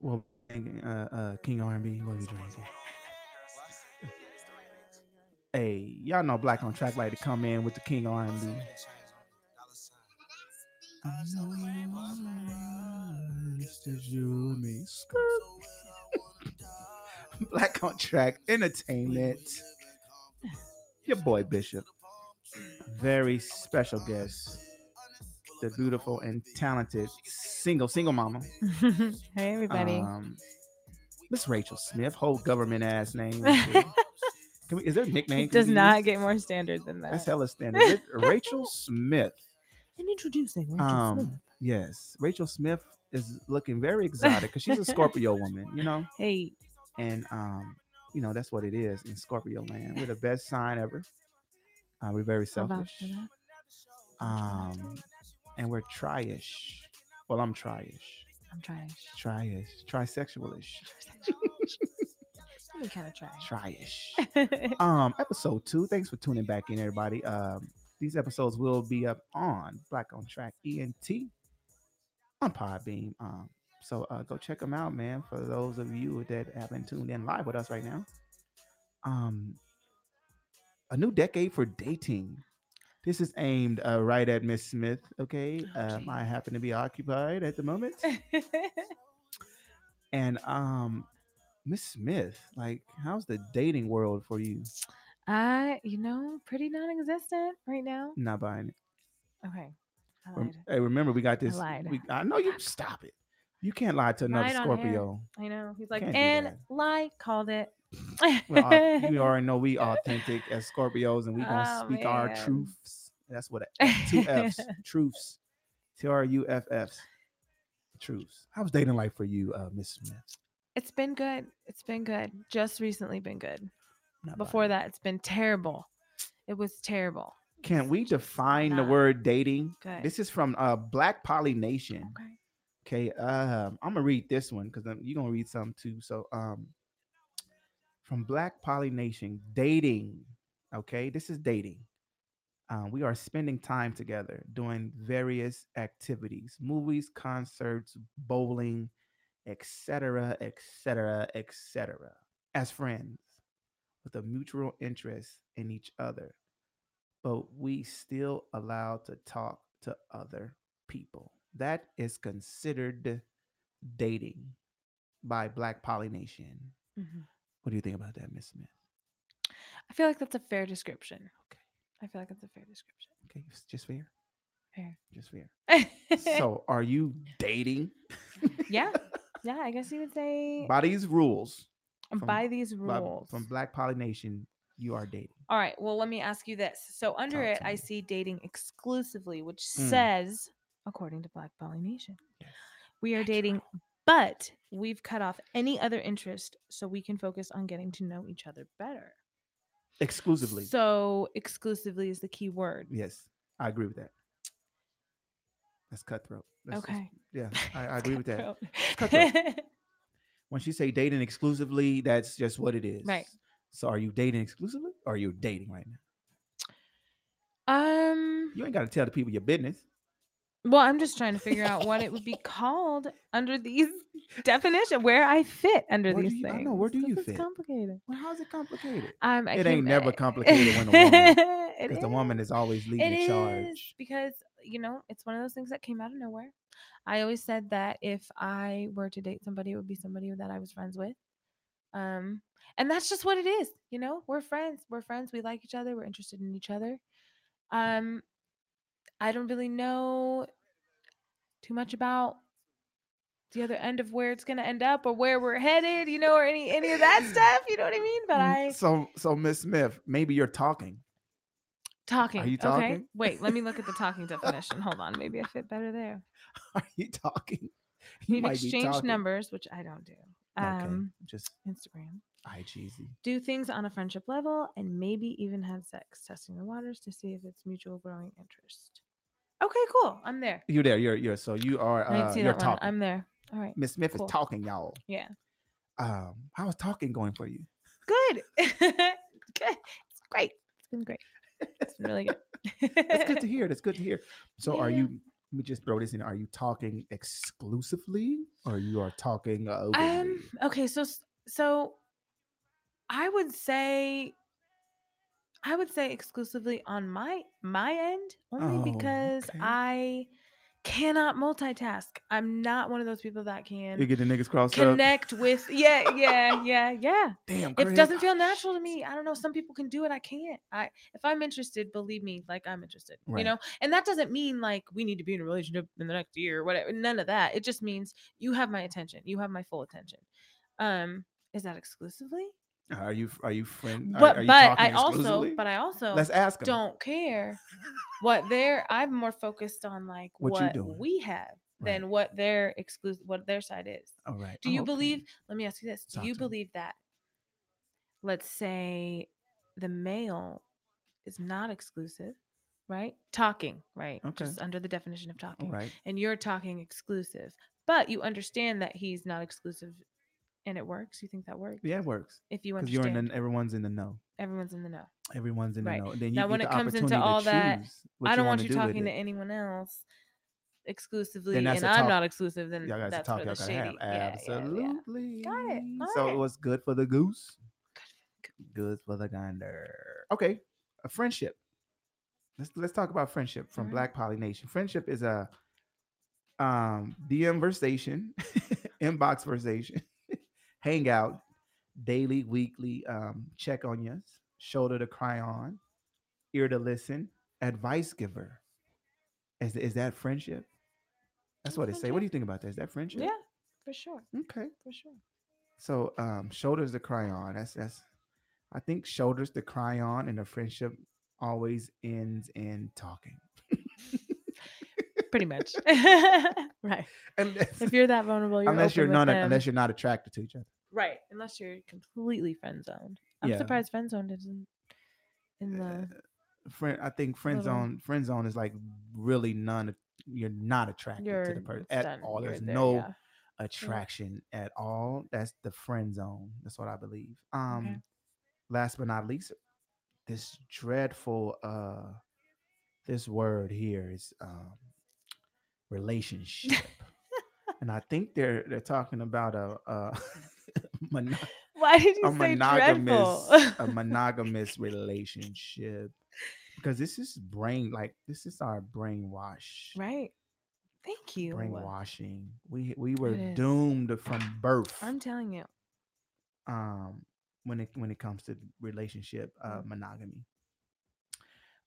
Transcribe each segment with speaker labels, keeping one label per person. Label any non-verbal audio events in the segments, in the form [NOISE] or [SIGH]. Speaker 1: Well, uh, uh, King R&B, what we drinking? Hey, y'all know Black on Track like to come in with the King R&B. I know you want it, it's just you and me. [LAUGHS] Skirt. Black on Track Entertainment. Your boy Bishop. Very special guest. The beautiful and talented single, single mama.
Speaker 2: [LAUGHS] hey everybody.
Speaker 1: Um, Miss Rachel Smith, whole government ass name.
Speaker 2: [LAUGHS]
Speaker 1: Rachel. Can we, is there a nickname?
Speaker 2: it
Speaker 1: Can
Speaker 2: does
Speaker 1: we use?
Speaker 2: not get more standard than that.
Speaker 1: That's hella standard. Rachel Smith.
Speaker 2: And introducing [LAUGHS] Rachel Smith.
Speaker 1: Um, yes, Rachel Smith is looking very exotic because she's a Scorpio woman, you know,
Speaker 2: Hey,
Speaker 1: and um, you know that's what it is in Scorpio land. We're the best sign ever. Uh, we're very
Speaker 2: how about
Speaker 1: selfish,
Speaker 2: for that?
Speaker 1: um, and we're tryish. Well, I'm tryish,
Speaker 2: I'm trying.
Speaker 1: tryish, trisexualish,
Speaker 2: I'm kind of trying.
Speaker 1: tryish. um episode two thanks for tuning back in everybody um these episodes will be up on black on track ent on podbeam um so uh go check them out man for those of you that haven't tuned in live with us right now um a new decade for dating this is aimed uh, right at miss smith okay
Speaker 2: Oh,
Speaker 1: um,
Speaker 2: gee.
Speaker 1: i happen to be occupied at the
Speaker 2: [LAUGHS]
Speaker 1: moment and um miss smith like how's the dating world for you
Speaker 2: [LAUGHS] I, you know, pretty non-existent right now.
Speaker 1: not buying it
Speaker 2: Okay, I
Speaker 1: Rem-
Speaker 2: lied.
Speaker 1: Hey, remember we got this.
Speaker 2: lied.
Speaker 1: We, I know you. Stop it. You can't lie to another
Speaker 2: Lied on air. [LAUGHS]
Speaker 1: Scorpio.
Speaker 2: I know. He's like,
Speaker 1: can't do
Speaker 2: and
Speaker 1: that."
Speaker 2: lie called it.
Speaker 1: We're au-
Speaker 2: [LAUGHS]
Speaker 1: you already know we authentic as Scorpios, and we gonna
Speaker 2: Oh,
Speaker 1: speak our
Speaker 2: man.
Speaker 1: truths. That's what a- two
Speaker 2: [LAUGHS]
Speaker 1: Fs, truths, T R U F Fs, truths. How's dating life for you, uh, Miss Smith?
Speaker 2: It's been good. It's been good. Just recently been good.
Speaker 1: Not
Speaker 2: Before
Speaker 1: lying.
Speaker 2: that, it's been terrible. It was terrible.
Speaker 1: can we define the
Speaker 2: not
Speaker 1: word dating?
Speaker 2: good.
Speaker 1: This is from uh, Black Poly Nation.
Speaker 2: Okay.
Speaker 1: Okay, um, I'm gonna read this one because you're gonna read some too. So, um, from Black Poly Nation, dating. Okay, this is dating. Um, we are spending time together, doing various activities, movies, concerts, bowling, etc., etc., etc. As friends, with a mutual interest in each other, but we still allowed to talk to other people. That is considered dating by Black Polynation.
Speaker 2: Mhm.
Speaker 1: What do you think about that, Miss Smith?
Speaker 2: I feel like that's a fair description.
Speaker 1: Okay.
Speaker 2: I feel like that's a fair description.
Speaker 1: Okay, it's just fair.
Speaker 2: Fair.
Speaker 1: Just [LAUGHS] fair. so, are you dating
Speaker 2: [LAUGHS] yeah, yeah. I guess you would say
Speaker 1: by these rules?
Speaker 2: by,
Speaker 1: from-
Speaker 2: these
Speaker 1: by-
Speaker 2: rules.
Speaker 1: from Black Polynation, you are dating.
Speaker 2: All right. Well, let me ask you this. So under
Speaker 1: Talk
Speaker 2: it,
Speaker 1: to
Speaker 2: I
Speaker 1: me.
Speaker 2: see dating exclusively, which
Speaker 1: Mm.
Speaker 2: says, according to Black Poly Nation,
Speaker 1: Yes.
Speaker 2: we are dating, but we've cut off any other interest so we can focus on getting to know each other better.
Speaker 1: exclusively. Mm.
Speaker 2: So exclusively is the key word.
Speaker 1: yes, I agree with that. That's cutthroat. That's just-
Speaker 2: okay.
Speaker 1: [LAUGHS] yeah, I,
Speaker 2: [LAUGHS]
Speaker 1: I agree with that.
Speaker 2: Cutthroat.
Speaker 1: Once you say dating exclusively, that's just what it is.
Speaker 2: Right.
Speaker 1: So, are you dating exclusively? Or are you dating right now?
Speaker 2: [LAUGHS] um.
Speaker 1: You ain't got to tell the people your business.
Speaker 2: Well, I'm just trying to figure out what it
Speaker 1: [LAUGHS]
Speaker 2: would be called under these [LAUGHS] definition, where I fit under
Speaker 1: Where do
Speaker 2: these
Speaker 1: you-
Speaker 2: things.
Speaker 1: I know, where do
Speaker 2: This
Speaker 1: you
Speaker 2: is
Speaker 1: fit?
Speaker 2: Complicated.
Speaker 1: Well, how's it complicated?
Speaker 2: Um, I
Speaker 1: It ain't
Speaker 2: came-
Speaker 1: never
Speaker 2: [LAUGHS] I-
Speaker 1: complicated when a woman-
Speaker 2: It
Speaker 1: Because the woman is always
Speaker 2: It
Speaker 1: leading the
Speaker 2: is
Speaker 1: charge.
Speaker 2: because you know it's one of those things that came out of nowhere. I always said that if I were to date somebody, it would be somebody that I was friends with. Um, and that's just what it is. You know, we're friends. We're friends. We like each other. We're interested in each other. Um, I don't really know too much about the other end of where it's gonna end up or where we're headed. You know, or any any
Speaker 1: [LAUGHS]
Speaker 2: of that stuff. You know what I mean? But
Speaker 1: Mm,
Speaker 2: I
Speaker 1: So, so Miss Smith, maybe you're talking. [LAUGHS]
Speaker 2: Talking.
Speaker 1: you
Speaker 2: Okay.
Speaker 1: talking? [LAUGHS]
Speaker 2: Wait, let me look at the talking definition. Hold on. Maybe I fit better
Speaker 1: [LAUGHS]
Speaker 2: there.
Speaker 1: Are you talking? [LAUGHS]
Speaker 2: We've
Speaker 1: might be
Speaker 2: exchanged
Speaker 1: talking.
Speaker 2: numbers, which I don't do. Um,
Speaker 1: okay, just
Speaker 2: Instagram.
Speaker 1: IGZ.
Speaker 2: Do things on a friendship level and maybe even have sex, testing the waters to see if it's mutual growing interest. Okay, cool. I'm there.
Speaker 1: You're there. You're you're. So you are.
Speaker 2: I
Speaker 1: Uh,
Speaker 2: didn't see
Speaker 1: you're
Speaker 2: that one. I'm
Speaker 1: talking.
Speaker 2: there. All right.
Speaker 1: Miss Smith
Speaker 2: Cool.
Speaker 1: is talking, y'all.
Speaker 2: Yeah.
Speaker 1: Um, how's talking going for you? [LAUGHS]
Speaker 2: Good. [LAUGHS] Good. It's great. It's been great. It's been really good. [LAUGHS]
Speaker 1: That's good to hear. That's good to hear. So, are
Speaker 2: Yeah.
Speaker 1: you Let me just throw this in. Are you talking exclusively, or you are talking uh, openly?
Speaker 2: Um. Okay. So s- so, I would say, I would say exclusively on my my end only
Speaker 1: Oh,
Speaker 2: because
Speaker 1: okay.
Speaker 2: I cannot multitask. I'm not one of those people that
Speaker 1: you
Speaker 2: can
Speaker 1: get the niggas crossed up.
Speaker 2: connect with. Yeah. Yeah. Yeah. Yeah.
Speaker 1: Damn,
Speaker 2: It
Speaker 1: Chris.
Speaker 2: doesn't feel natural to me. I don't know. Some people can do it. I can't. I if I'm interested, believe me, like I'm interested.
Speaker 1: Right.
Speaker 2: You know, and that doesn't mean like we need to be in a relationship in the next year or whatever. None of that. It just means you have my attention. You have my full attention. Um, is that exclusively?
Speaker 1: Are you are you friend? are-
Speaker 2: but
Speaker 1: are you
Speaker 2: but I
Speaker 1: talking
Speaker 2: also
Speaker 1: exclusively?
Speaker 2: but I also
Speaker 1: let's ask 'em.
Speaker 2: don't care what they're I'm more focused on like
Speaker 1: What
Speaker 2: what,
Speaker 1: you doing.
Speaker 2: we have
Speaker 1: Right.
Speaker 2: than what their exclusive what their side is.
Speaker 1: All right. oh,
Speaker 2: Do
Speaker 1: I'm
Speaker 2: you
Speaker 1: open.
Speaker 2: believe? Let me ask you this. Do
Speaker 1: Talk
Speaker 2: you
Speaker 1: to me.
Speaker 2: believe that, let's say, the male is not exclusive, right? Talking, right?
Speaker 1: Okay.
Speaker 2: Just under the definition of talking.
Speaker 1: All right.
Speaker 2: And you're talking exclusive, but you understand that he's not exclusive and it works. You think that works?
Speaker 1: Yeah, it works.
Speaker 2: If you
Speaker 1: Because you're
Speaker 2: understand,
Speaker 1: in the, everyone's in the know.
Speaker 2: everyone's in the know.
Speaker 1: Everyone's in the
Speaker 2: Right.
Speaker 1: know. And then you
Speaker 2: Now,
Speaker 1: get
Speaker 2: when
Speaker 1: the
Speaker 2: it comes into
Speaker 1: opportunity to
Speaker 2: all that,
Speaker 1: choose what
Speaker 2: I don't
Speaker 1: wanna
Speaker 2: want you
Speaker 1: do with
Speaker 2: talking to
Speaker 1: it.
Speaker 2: anyone else exclusively
Speaker 1: that's
Speaker 2: and
Speaker 1: a
Speaker 2: I'm
Speaker 1: talk-
Speaker 2: not exclusive, then
Speaker 1: Y'all got to
Speaker 2: that's
Speaker 1: talk.
Speaker 2: where
Speaker 1: Y'all
Speaker 2: the
Speaker 1: got to have.
Speaker 2: shady. yeah, yeah, yeah.
Speaker 1: Absolutely.
Speaker 2: Got
Speaker 1: So it
Speaker 2: it.
Speaker 1: was good for the goose,
Speaker 2: Good.
Speaker 1: good for the gander. Okay, a friendship. Let's let's talk about friendship from
Speaker 2: Alright.
Speaker 1: Black Poly Nation. Friendship is a um DM [LAUGHS] versation, inbox versation, [LAUGHS] hangout, daily, weekly, um, check on you, shoulder to cry on, ear to listen, advice giver. Is is that friendship? That's
Speaker 2: That's
Speaker 1: what they say. What
Speaker 2: friendship.
Speaker 1: do you think about that? Is that friendship?
Speaker 2: Yeah, for sure.
Speaker 1: Okay.
Speaker 2: For sure.
Speaker 1: So um shoulders to cry on. That's that's I think shoulders to cry on and a friendship always ends in talking. [LAUGHS]
Speaker 2: pretty much [LAUGHS] right
Speaker 1: Unless,
Speaker 2: [LAUGHS] if you're that vulnerable you're
Speaker 1: unless you're
Speaker 2: open with
Speaker 1: not
Speaker 2: them.
Speaker 1: unless you're not attracted to each other.
Speaker 2: right unless you're completely friend zoned i'm
Speaker 1: Yeah.
Speaker 2: surprised friend zoned isn't in the
Speaker 1: Uh, friend I think friend
Speaker 2: Little-
Speaker 1: zone friend zone is like really none you're not attracted to
Speaker 2: you're
Speaker 1: the person
Speaker 2: it's
Speaker 1: at
Speaker 2: done.
Speaker 1: all.
Speaker 2: You're
Speaker 1: There's
Speaker 2: there,
Speaker 1: no
Speaker 2: yeah. [LAUGHS]
Speaker 1: attraction at all. That's the friend zone. That's what I believe. Um last but not least, this dreadful uh this word here is um
Speaker 2: [LAUGHS]
Speaker 1: relationship. and I think they're they're talking about a a, [LAUGHS] mono-
Speaker 2: why did you
Speaker 1: a
Speaker 2: say
Speaker 1: monogamous
Speaker 2: dreadful [LAUGHS]
Speaker 1: a monogamous relationship. Because this is brain like this is our brainwash.
Speaker 2: right thank you
Speaker 1: Brainwashing. We we were
Speaker 2: It is.
Speaker 1: doomed from birth.
Speaker 2: i'm telling you
Speaker 1: um when it when it comes to relationship uh,
Speaker 2: Mm.
Speaker 1: monogamy.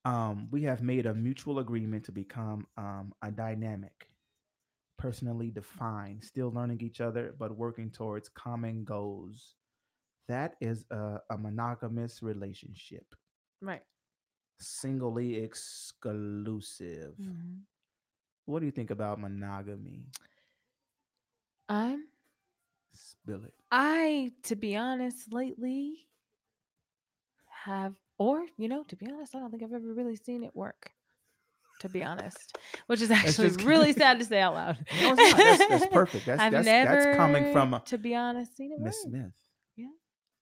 Speaker 1: Um, we have made a mutual agreement to become um, a dynamic, personally defined, still learning each other, but working towards common goals. That is a, a monogamous relationship,
Speaker 2: right
Speaker 1: singly exclusive.
Speaker 2: Mhm.
Speaker 1: What do you think about monogamy?
Speaker 2: i'm
Speaker 1: Spill
Speaker 2: [LAUGHS]
Speaker 1: it.
Speaker 2: i to be honest lately have or you know to be honest i don't think i've ever really seen it work to be honest which is actually
Speaker 1: just- [LAUGHS]
Speaker 2: really sad to say out loud
Speaker 1: No, it's not. That's, that's
Speaker 2: [LAUGHS]
Speaker 1: perfect. That's,
Speaker 2: i've
Speaker 1: that's,
Speaker 2: never
Speaker 1: that's coming from a,
Speaker 2: to be honest seen it work
Speaker 1: Miss Smith.
Speaker 2: Yeah.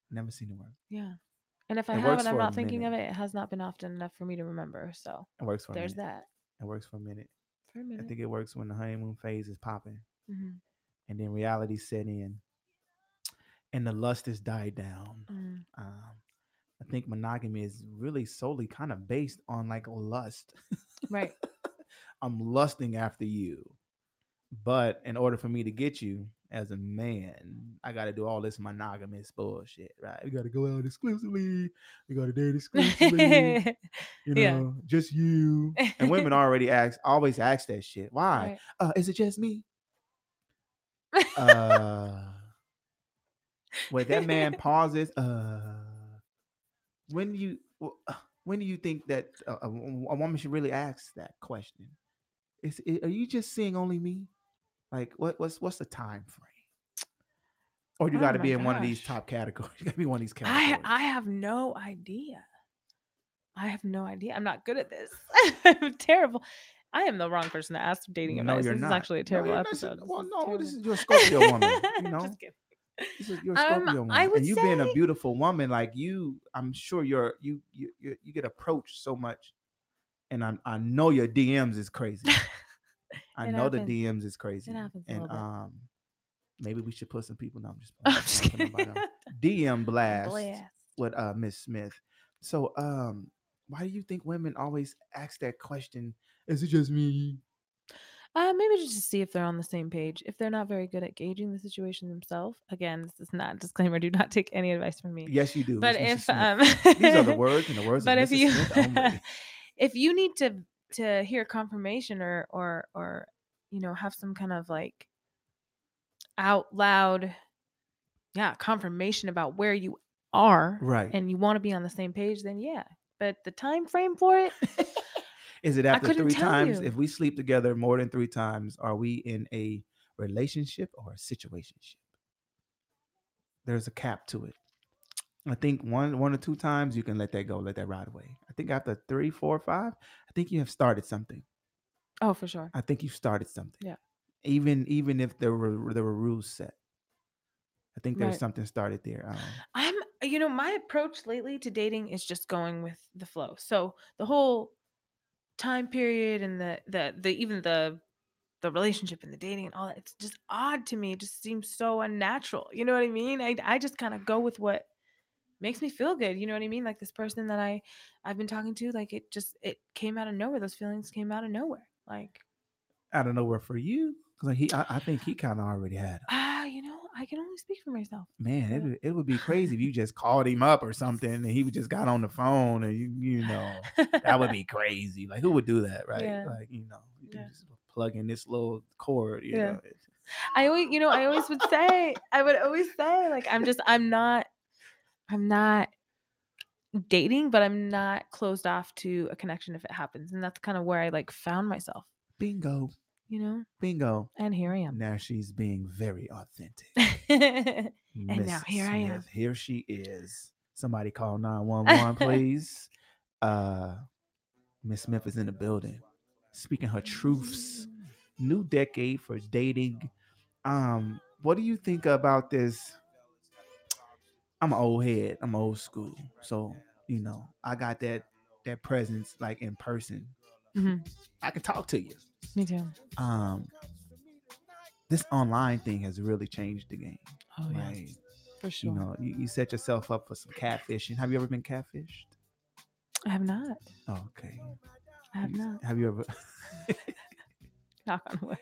Speaker 1: Never seen the word.
Speaker 2: yeah and if i
Speaker 1: It works
Speaker 2: haven't i'm
Speaker 1: for a
Speaker 2: not thinking of it it has not been often enough for me to remember so
Speaker 1: It works for a
Speaker 2: there's
Speaker 1: minute.
Speaker 2: that Mm-hmm.
Speaker 1: It works for a minute.
Speaker 2: for a
Speaker 1: I
Speaker 2: minute
Speaker 1: think it works when the honeymoon phase is popping
Speaker 2: Mhm.
Speaker 1: and then reality set in and the lust has died down. [LAUGHS]
Speaker 2: Mm.
Speaker 1: Um, I think monogamy is really solely kind of based on like lust. [LAUGHS]
Speaker 2: right
Speaker 1: I'm lusting after you. But in order for me to get you as a man, I got to do all this monogamous bullshit, right? We got to go out exclusively. We got to
Speaker 2: [LAUGHS]
Speaker 1: date exclusively. you know,
Speaker 2: Yeah.
Speaker 1: just
Speaker 2: [LAUGHS]
Speaker 1: you. And women already ask, always ask that shit. Why?
Speaker 2: Right.
Speaker 1: Uh, is it just
Speaker 2: [LAUGHS]
Speaker 1: me? uh, wait, that
Speaker 2: [LAUGHS]
Speaker 1: man pauses. Uh, when do you w- uh, when do you think that a, a wo- a woman should really ask that question? Is i- are you just seeing only me? Like, what what's what's the time frame? Or you
Speaker 2: Oh
Speaker 1: got to
Speaker 2: my
Speaker 1: be in one of these
Speaker 2: gosh.
Speaker 1: top categories. [LAUGHS] You got to be one of these categories.
Speaker 2: I I have no idea. I have no idea. I'm not good at this. [LAUGHS] I'm terrible. I am the wrong person to ask for dating advice. this is actually a
Speaker 1: No,
Speaker 2: terrible
Speaker 1: you're not-
Speaker 2: episode. This
Speaker 1: well,
Speaker 2: is
Speaker 1: no,
Speaker 2: terrible.
Speaker 1: this is your Scorpio woman.
Speaker 2: [LAUGHS]
Speaker 1: You know,
Speaker 2: Just kidding.
Speaker 1: This is- you're a
Speaker 2: Um,
Speaker 1: Scorpio woman,
Speaker 2: I would
Speaker 1: and you being a
Speaker 2: say-
Speaker 1: beautiful woman, like you, I'm sure you're you you
Speaker 2: [LAUGHS]
Speaker 1: you, you get approached so much, and I I know your DMs is crazy. I
Speaker 2: It
Speaker 1: know
Speaker 2: happens.
Speaker 1: the DMs is crazy.
Speaker 2: happens a
Speaker 1: and
Speaker 2: little bit.
Speaker 1: um maybe we should put some people no, I'm
Speaker 2: [LAUGHS]
Speaker 1: just,
Speaker 2: I'm just
Speaker 1: putting
Speaker 2: kidding. [LAUGHS]
Speaker 1: nobody on. DM blast
Speaker 2: Blast.
Speaker 1: with uh Miss Smith. So um why do you think women always ask that question? Is it just me?
Speaker 2: Uh, maybe just to see if they're on the same page. If they're not very good at gauging the situation themselves, again, this is not disclaimer. Do not take any advice from me.
Speaker 1: Yes, you do.
Speaker 2: but
Speaker 1: it's Mrs.
Speaker 2: if
Speaker 1: Smith.
Speaker 2: um,
Speaker 1: these
Speaker 2: [LAUGHS]
Speaker 1: are the words and the words
Speaker 2: but
Speaker 1: of
Speaker 2: if
Speaker 1: Mrs.
Speaker 2: you
Speaker 1: Smith only.
Speaker 2: [LAUGHS] if you need to to hear confirmation or or or you know have some kind of like out loud, yeah, confirmation about where you are
Speaker 1: right.
Speaker 2: and you want to be on the same page, then yeah. But the time frame for
Speaker 1: [LAUGHS]
Speaker 2: it,
Speaker 1: Is it
Speaker 2: I
Speaker 1: after
Speaker 2: couldn't
Speaker 1: three
Speaker 2: tell
Speaker 1: times?
Speaker 2: you.
Speaker 1: If we sleep together more than three times, are we in a relationship or a situationship? There's a cap to it. I think one one or two times you can let that go, let that ride away. I think after three, four, five, I think you have started something.
Speaker 2: oh for sure.
Speaker 1: I think you've started something.
Speaker 2: Yeah.
Speaker 1: Even even if there were there were rules set. I think there's
Speaker 2: Right.
Speaker 1: something started there. Um,
Speaker 2: I'm, uh, you know, my approach lately to dating is just going with the flow. So the whole time period and the the the even the the relationship and the dating and all that it's just odd to me. It just seems so unnatural. You know what I mean? I I just kind of go with what makes me feel good. You know what I mean? Like this person that I I've been talking to, like it just it came out of nowhere. Those feelings came out of nowhere. Like
Speaker 1: I don't know where for you because he I, I think he kind of already had. 'em.
Speaker 2: ah, you know, I can only speak for myself.
Speaker 1: Man, it
Speaker 2: Yeah.
Speaker 1: would, it would be crazy
Speaker 2: [LAUGHS]
Speaker 1: if you just called him up or something and he would just got on the phone and you, you know, that would be crazy. Like, who would do that, right?
Speaker 2: Yeah.
Speaker 1: Like, you know, you
Speaker 2: Yeah.
Speaker 1: just plug in this little cord, you
Speaker 2: Yeah.
Speaker 1: know. It's,
Speaker 2: I always, you know, I always would say, I would always say, like, I'm just, I'm not, I'm not dating, but I'm not closed off to a connection if it happens. And that's kind of where I like found myself,
Speaker 1: bingo,
Speaker 2: you know,
Speaker 1: bingo.
Speaker 2: and here I am.
Speaker 1: Now she's being very authentic.
Speaker 2: [LAUGHS] And now
Speaker 1: Miss
Speaker 2: here I am.
Speaker 1: Smith, Here she is. Somebody call
Speaker 2: [LAUGHS]
Speaker 1: 911, please. Uh Miss Smith is in the building, speaking her truths. New decade for dating. Um, what do you think about this? I'm an old head. I'm old school, so you know I got that that presence like in person.
Speaker 2: Mhm,
Speaker 1: I can talk to you.
Speaker 2: Me too.
Speaker 1: Um, this online thing has really changed the game.
Speaker 2: Oh, yeah.
Speaker 1: Like,
Speaker 2: For sure.
Speaker 1: you know, you, you set yourself up for some catfishing. Have you ever been catfished?
Speaker 2: I have not.
Speaker 1: Oh, okay.
Speaker 2: I have
Speaker 1: You-
Speaker 2: not.
Speaker 1: Have you ever? [LAUGHS]
Speaker 2: Knock on
Speaker 1: [LAUGHS]
Speaker 2: wood.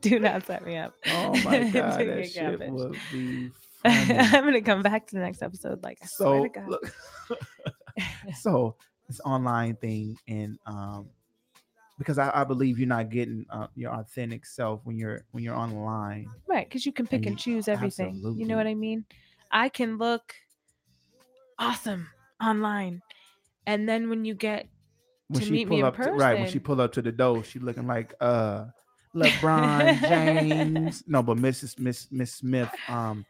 Speaker 2: [LAUGHS] Do not set me up.
Speaker 1: Oh [LAUGHS]
Speaker 2: [LAUGHS]
Speaker 1: my
Speaker 2: to
Speaker 1: god, that
Speaker 2: get
Speaker 1: shit
Speaker 2: catfished.
Speaker 1: would be [LAUGHS] funny.
Speaker 2: [LAUGHS] I'm going to come back to the next episode. Like, I
Speaker 1: so
Speaker 2: swear to God.
Speaker 1: [LAUGHS] look, so this online thing, and um, because I, I believe you're not getting uh, your authentic self when you're when you're online.
Speaker 2: Right, because you can pick
Speaker 1: And
Speaker 2: and choose everything. You know
Speaker 1: absolutely.
Speaker 2: what I mean? I can look awesome online, and then when you get
Speaker 1: When
Speaker 2: To
Speaker 1: she
Speaker 2: meet me
Speaker 1: pull up,
Speaker 2: in
Speaker 1: to, right? When she
Speaker 2: person.
Speaker 1: pull up to the door, she looking like uh.
Speaker 2: [LAUGHS]
Speaker 1: LeBron James. no, but Mrs. Miss Miss Smith um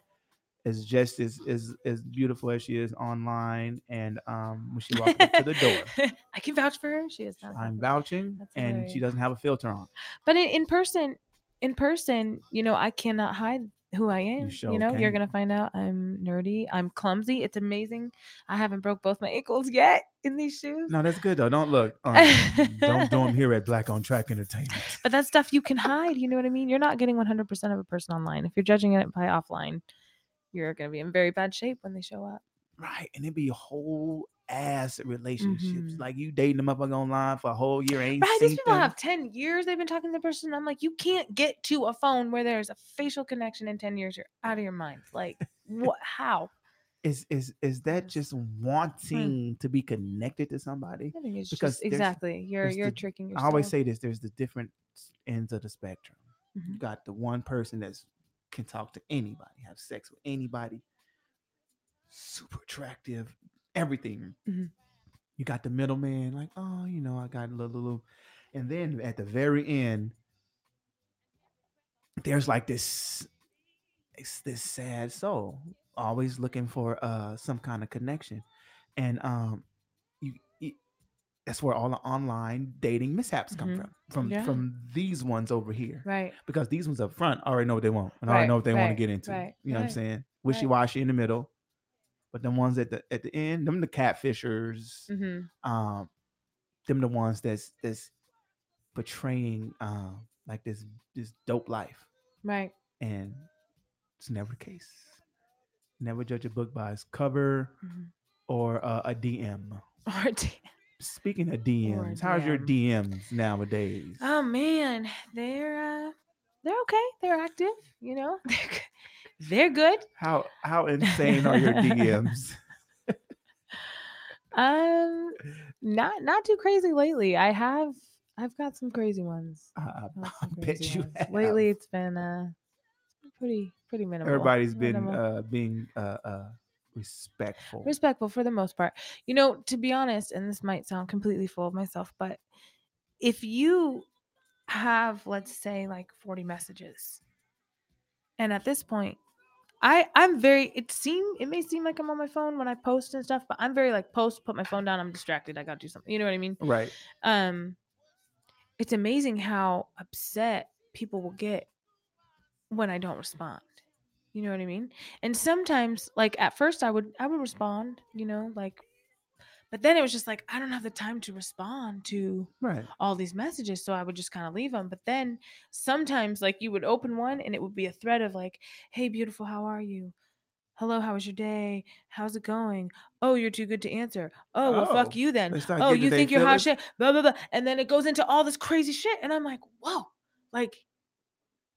Speaker 1: is just as as as beautiful as she is online and um when she walks up to the
Speaker 2: [LAUGHS]
Speaker 1: door.
Speaker 2: I can vouch for her. She is not.
Speaker 1: I'm
Speaker 2: vouch.
Speaker 1: vouching
Speaker 2: That's
Speaker 1: and she
Speaker 2: hilarious.
Speaker 1: doesn't have a filter on.
Speaker 2: But in, in person, in person, you know, I cannot hide who I am. You,
Speaker 1: sure
Speaker 2: know, you're
Speaker 1: can't.
Speaker 2: gonna find out I'm nerdy. I'm clumsy. It's amazing. I haven't broke both my ankles yet in these shoes.
Speaker 1: [LAUGHS] No, that's good though. Don't look. Um, don't do
Speaker 2: [LAUGHS]
Speaker 1: 'em here at Black on Track Entertainment.
Speaker 2: But that stuff you can hide. You know what I mean? You're not getting 100% of a person online. If you're judging it by offline, you're going to be in very bad shape when they show up.
Speaker 1: Right. And it be whole ass relationships.
Speaker 2: Mhm.
Speaker 1: Like you dating them up online for a whole year ain't
Speaker 2: Right? These
Speaker 1: seen
Speaker 2: people
Speaker 1: them.
Speaker 2: have 10 years they've been talking to the person. and I'm like, you can't get to a phone where there's a facial connection in 10 years. You're out of your mind. Like, what? How?
Speaker 1: is is is that just wanting to be connected to somebody?
Speaker 2: I think it's
Speaker 1: Because
Speaker 2: just
Speaker 1: there's-
Speaker 2: exactly. You're
Speaker 1: there's
Speaker 2: you're
Speaker 1: the-
Speaker 2: tricking
Speaker 1: I
Speaker 2: yourself.
Speaker 1: always say this: there's the different s- ends of the spectrum. You
Speaker 2: Mhm.
Speaker 1: got the one person that's can talk to anybody, have sex with anybody, super attractive, everything.
Speaker 2: Mhm.
Speaker 1: You got the middleman, like, oh, you know, I got a little, little, and then at the very end, there's like this, it's this sad soul always looking for uh some kind of connection, and um, you. you- That's where all the online dating mishaps come
Speaker 2: Mhm.
Speaker 1: from. From
Speaker 2: Yeah.
Speaker 1: from these ones over here
Speaker 2: Right.
Speaker 1: because these ones up front already know what they want and already
Speaker 2: Right,
Speaker 1: know what they want to
Speaker 2: right,
Speaker 1: get into.
Speaker 2: right,
Speaker 1: you know what I'm
Speaker 2: right,
Speaker 1: saying? Wishy washy in the middle, but the ones at the at the end, them the catfishers,
Speaker 2: Mm-hmm.
Speaker 1: um, them the ones that's that's portraying um, like this this dope life,
Speaker 2: Right.
Speaker 1: and it's never the case. Never judge a book by its cover
Speaker 2: Mhm.
Speaker 1: or uh, a DM.
Speaker 2: mm-hmm. [LAUGHS] Or d-
Speaker 1: Speaking of
Speaker 2: Or a
Speaker 1: DMs, how's your DMs nowadays?
Speaker 2: Oh man, they're uh, they're okay. They're active. You know, [LAUGHS] they're g- they're good.
Speaker 1: how
Speaker 2: [LAUGHS]
Speaker 1: how insane are your DMs?
Speaker 2: Um, not not too crazy lately. I have I've got some crazy ones.
Speaker 1: I, [LAUGHS] I
Speaker 2: I've got some
Speaker 1: bet
Speaker 2: crazy
Speaker 1: you
Speaker 2: ones.
Speaker 1: have.
Speaker 2: lately it's been uh pretty pretty minimal.
Speaker 1: Everybody's been
Speaker 2: minimal.
Speaker 1: uh, being uh, uh, respectful.
Speaker 2: respectful for the most part. You know, to be honest, and this might sound completely full of myself, but if you have, let's say, like 40 messages, and at this point, I I'm very it seem it may seem like I'm on my phone when I post and stuff, but I'm very like post, put my phone down, I'm distracted, I gotta do something. You know what I mean?
Speaker 1: right.
Speaker 2: Um it's amazing how upset people will get when I don't respond. You know what I mean? And sometimes like at first I would I would respond, you know, like but then it was just like I don't have the time to respond to
Speaker 1: Right.
Speaker 2: all these messages, so I would just kind of leave them. But then sometimes like you would open one and it would be a thread of like, "Hey beautiful, how are you?" Hello, how was your day? How's it going? Oh, you're too good to answer. Oh, well, fuck
Speaker 1: Oh,
Speaker 2: you then
Speaker 1: They start
Speaker 2: oh,
Speaker 1: getting
Speaker 2: you
Speaker 1: they
Speaker 2: think you're hot
Speaker 1: feelings.
Speaker 2: shit, blah blah blah, and then it goes into all this crazy shit, and I'm like, whoa, like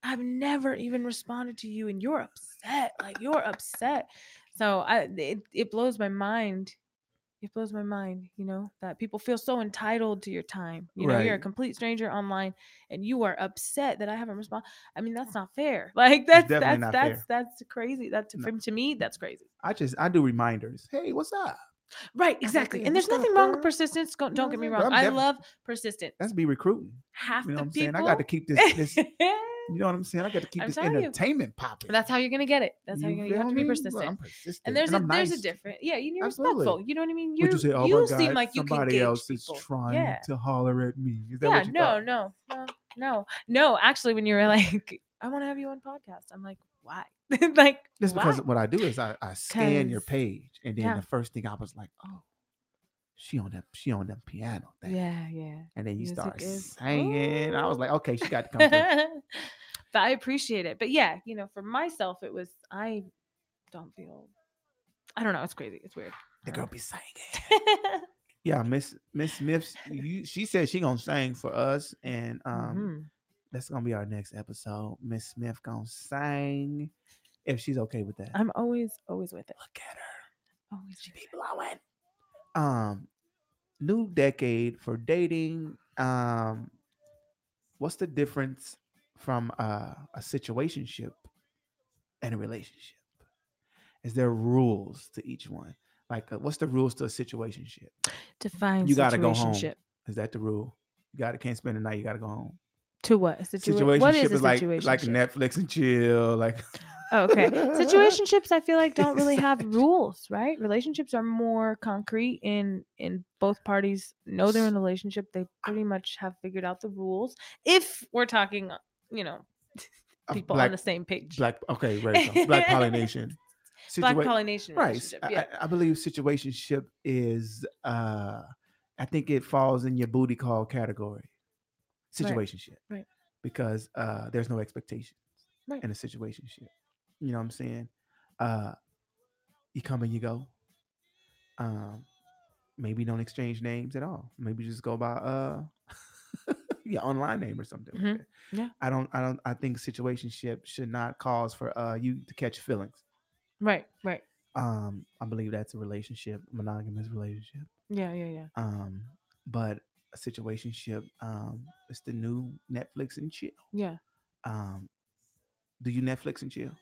Speaker 2: I've never even responded to you, and you're upset, like you're upset. So I, it, it blows my mind. It blows my mind, you know, that people feel so entitled to your time. You know, you're a
Speaker 1: Right.
Speaker 2: complete stranger online, and you are upset that I haven't responded. I mean, that's not fair. [LAUGHS] Like that's
Speaker 1: definitely
Speaker 2: that's
Speaker 1: not
Speaker 2: that's,
Speaker 1: fair.
Speaker 2: that's crazy. That's
Speaker 1: No.
Speaker 2: from to me, that's crazy.
Speaker 1: I just I do reminders. Hey, what's up?
Speaker 2: Right,
Speaker 1: like,
Speaker 2: exactly.
Speaker 1: "Hey,
Speaker 2: And there's
Speaker 1: what's up,
Speaker 2: nothing wrong
Speaker 1: girl?"
Speaker 2: with persistence. Don't,
Speaker 1: know
Speaker 2: don't
Speaker 1: what
Speaker 2: get
Speaker 1: I'm
Speaker 2: me
Speaker 1: saying? I'm
Speaker 2: wrong. I
Speaker 1: defi-
Speaker 2: love persistence.
Speaker 1: That's be recruiting.
Speaker 2: half
Speaker 1: You know
Speaker 2: the
Speaker 1: what I'm saying?
Speaker 2: people.
Speaker 1: I got to keep this this
Speaker 2: [LAUGHS]
Speaker 1: you know what I'm saying? I got to keep
Speaker 2: I'm
Speaker 1: this
Speaker 2: telling you.
Speaker 1: entertainment popping.
Speaker 2: That's how you're gonna get it. That's how you're gonna. You
Speaker 1: feel
Speaker 2: have to be
Speaker 1: me? Well,
Speaker 2: persistent.
Speaker 1: I'm persistent.
Speaker 2: and there's a,
Speaker 1: I'm
Speaker 2: there's a
Speaker 1: nice.
Speaker 2: different. Yeah, you- you're
Speaker 1: Absolutely.
Speaker 2: respectful. You know what I mean? You're,
Speaker 1: Would you say, oh
Speaker 2: you
Speaker 1: my God,
Speaker 2: seem like you can
Speaker 1: somebody
Speaker 2: gauge
Speaker 1: else
Speaker 2: people.
Speaker 1: is trying
Speaker 2: Yeah.
Speaker 1: to holler at me? Is that
Speaker 2: yeah.
Speaker 1: what you uh,
Speaker 2: No.
Speaker 1: thought?
Speaker 2: No. No. No. No. Actually, when you were [LAUGHS] like, I want to have you on podcast. I'm like, why? [LAUGHS] like,
Speaker 1: Just
Speaker 2: why? [LAUGHS]
Speaker 1: because what I do is I, I scan your
Speaker 2: 'Cause-
Speaker 1: page, and then
Speaker 2: yeah.
Speaker 1: the first thing I was like, oh, she on that she on that piano thing,
Speaker 2: Yeah. Yeah.
Speaker 1: and then you
Speaker 2: music
Speaker 1: start
Speaker 2: is-
Speaker 1: singing. I was like, okay, she got to come. through.
Speaker 2: [LAUGHS] but I appreciate it. But yeah, you know, for myself, it was I don't feel. I don't know. It's crazy. It's weird.
Speaker 1: the
Speaker 2: [LAUGHS]
Speaker 1: girl be singing. Yeah, Miss Miss Smith, you, she said she gonna sing for us, and um,
Speaker 2: Mhm.
Speaker 1: that's gonna be our next episode. Miss Smith gonna sing if she's okay with that.
Speaker 2: I'm always always with it.
Speaker 1: Look at her,
Speaker 2: Always.
Speaker 1: she be blowing. Um, new decade for dating. Um, what's the difference from uh, a situationship and a relationship? Is there rules to each one? Like, uh, what's the rules to a situationship?
Speaker 2: Define
Speaker 1: You gotta go home.
Speaker 2: situationship.
Speaker 1: Is that the rule? You got to can't spend the night. You got to go home.
Speaker 2: To what? A
Speaker 1: Situationship
Speaker 2: Situa- what is a
Speaker 1: is like like
Speaker 2: situationship?
Speaker 1: Netflix and chill. Like [LAUGHS]
Speaker 2: Oh, okay. Situationships I feel like don't really have
Speaker 1: Exactly.
Speaker 2: rules, right? Relationships are more concrete in in both parties know they're in a relationship. They pretty much have figured out the rules. If we're talking, uh, you know,
Speaker 1: a
Speaker 2: people
Speaker 1: black,
Speaker 2: on the same page.
Speaker 1: black. Okay, right. so
Speaker 2: [LAUGHS]
Speaker 1: Black pollination.
Speaker 2: Black
Speaker 1: Situa-
Speaker 2: pollination
Speaker 1: Right. s-
Speaker 2: relationship.
Speaker 1: I,
Speaker 2: yeah.
Speaker 1: I- I believe situationship is. uh I think it falls in your booty call category.
Speaker 2: Right,
Speaker 1: Situationship.
Speaker 2: right.
Speaker 1: Because uh there's no expectations
Speaker 2: Right.
Speaker 1: in a situationship. You know what I'm saying? Uh You come and you go. Um, maybe don't exchange names at all. Maybe just go by uh [LAUGHS] your online name or something. like
Speaker 2: Mhm,
Speaker 1: that.
Speaker 2: yeah.
Speaker 1: I don't. I don't. I think situationship should not cause for uh you to catch feelings.
Speaker 2: Right, right.
Speaker 1: Um, I believe that's a relationship, monogamous relationship.
Speaker 2: Yeah, yeah, yeah.
Speaker 1: Um, but a situationship, um, it's the new Netflix and chill.
Speaker 2: Yeah.
Speaker 1: Um, do you Netflix and chill?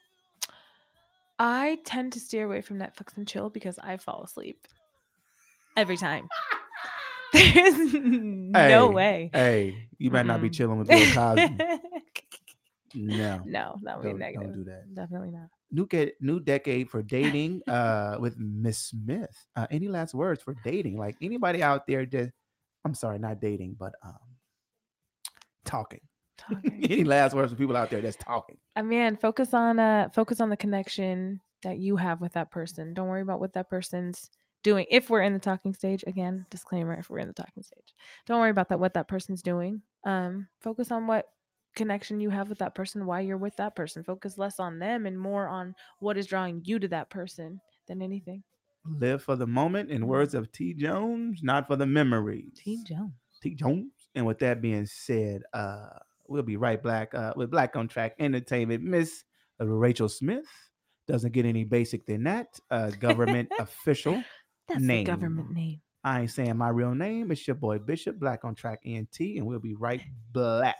Speaker 2: I tend to steer away from Netflix and chill because I fall asleep every time. [LAUGHS] There's no
Speaker 1: Hey,
Speaker 2: way.
Speaker 1: Hey, you better not be
Speaker 2: Mm-mm.
Speaker 1: chilling with Bill
Speaker 2: [LAUGHS]
Speaker 1: Cosby.
Speaker 2: no,
Speaker 1: no,
Speaker 2: that would be
Speaker 1: don't,
Speaker 2: negative.
Speaker 1: don't do that.
Speaker 2: Definitely not.
Speaker 1: New get new decade for dating. Uh, with Miss Smith. Uh, any last words for dating? Like anybody out there that, I'm sorry, not dating, but um, talking. [LAUGHS]
Speaker 2: Talking.
Speaker 1: any last words for people out there that's talking?
Speaker 2: uh, man, focus on uh focus on the connection that you have with that person. Don't worry about what that person's doing. If we're in the talking stage, again, disclaimer if we're in the talking stage. Don't worry about that what that person's doing. um focus on what connection you have with that person why you're with that person focus less on them and more on what is drawing you to that person than anything
Speaker 1: Live for the moment, in words of T. Jones, not for the memories.
Speaker 2: jones
Speaker 1: T. Jones. And with that being said, uh, we'll be right back uh, with Black on Track Entertainment. Miss Rachel Smith doesn't get any basic than that. Uh, government official.
Speaker 2: that's
Speaker 1: Name.
Speaker 2: the government name
Speaker 1: I ain't saying my real name. It's your boy Bishop Black on Track NT, and we'll be right black.